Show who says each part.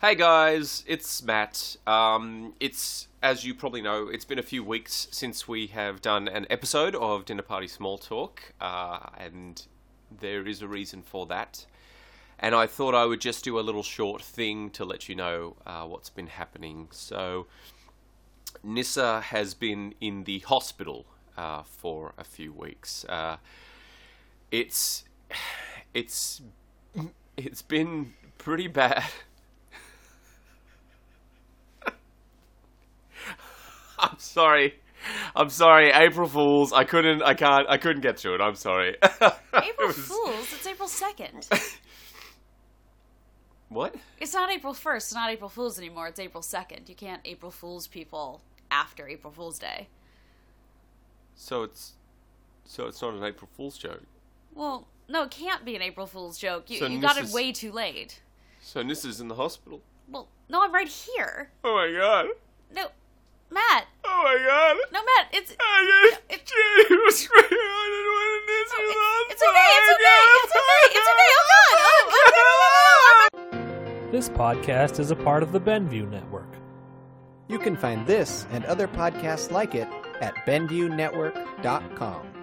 Speaker 1: Hey guys, it's Matt. Um, it's, as you probably know, it's been a few weeks since we have done an episode of Dinner Party Small Talk, uh, and there is a reason for that. And I thought I would just do a little short thing to let you know uh, what's been happening. So, Nissa has been in the hospital uh, for a few weeks. Uh, it's it's it's been pretty bad. I'm sorry. I'm sorry, April Fools. I couldn't. I can't. I couldn't get through it. I'm sorry.
Speaker 2: April
Speaker 1: was-
Speaker 2: Fools. It's April 2nd.
Speaker 1: what?
Speaker 2: It's not April 1st. It's not April Fools anymore. It's April 2nd. You can't April Fools people after April Fools Day.
Speaker 1: So it's so it's not an April Fool's joke.
Speaker 2: Well, no, it can't be an April Fools joke. You,
Speaker 1: So
Speaker 2: you got
Speaker 1: this
Speaker 2: it
Speaker 1: is-
Speaker 2: way too late.
Speaker 1: So Nissa's in the hospital.
Speaker 2: Well, no, I'm right here.
Speaker 1: Oh my god.
Speaker 2: No, Matt.
Speaker 1: Oh my god.
Speaker 2: No, Matt. It's
Speaker 1: I just,
Speaker 2: It-
Speaker 1: Jenny was screaming. I just wanted Nissa
Speaker 2: it's-
Speaker 1: on
Speaker 2: it's okay, it's okay,
Speaker 1: fire.
Speaker 2: it's okay, it's okay. Oh, God. Oh, God, no,
Speaker 3: This podcast is a part of the Benview Network.
Speaker 4: You can find this and other podcasts like it at BenviewNetwork.com.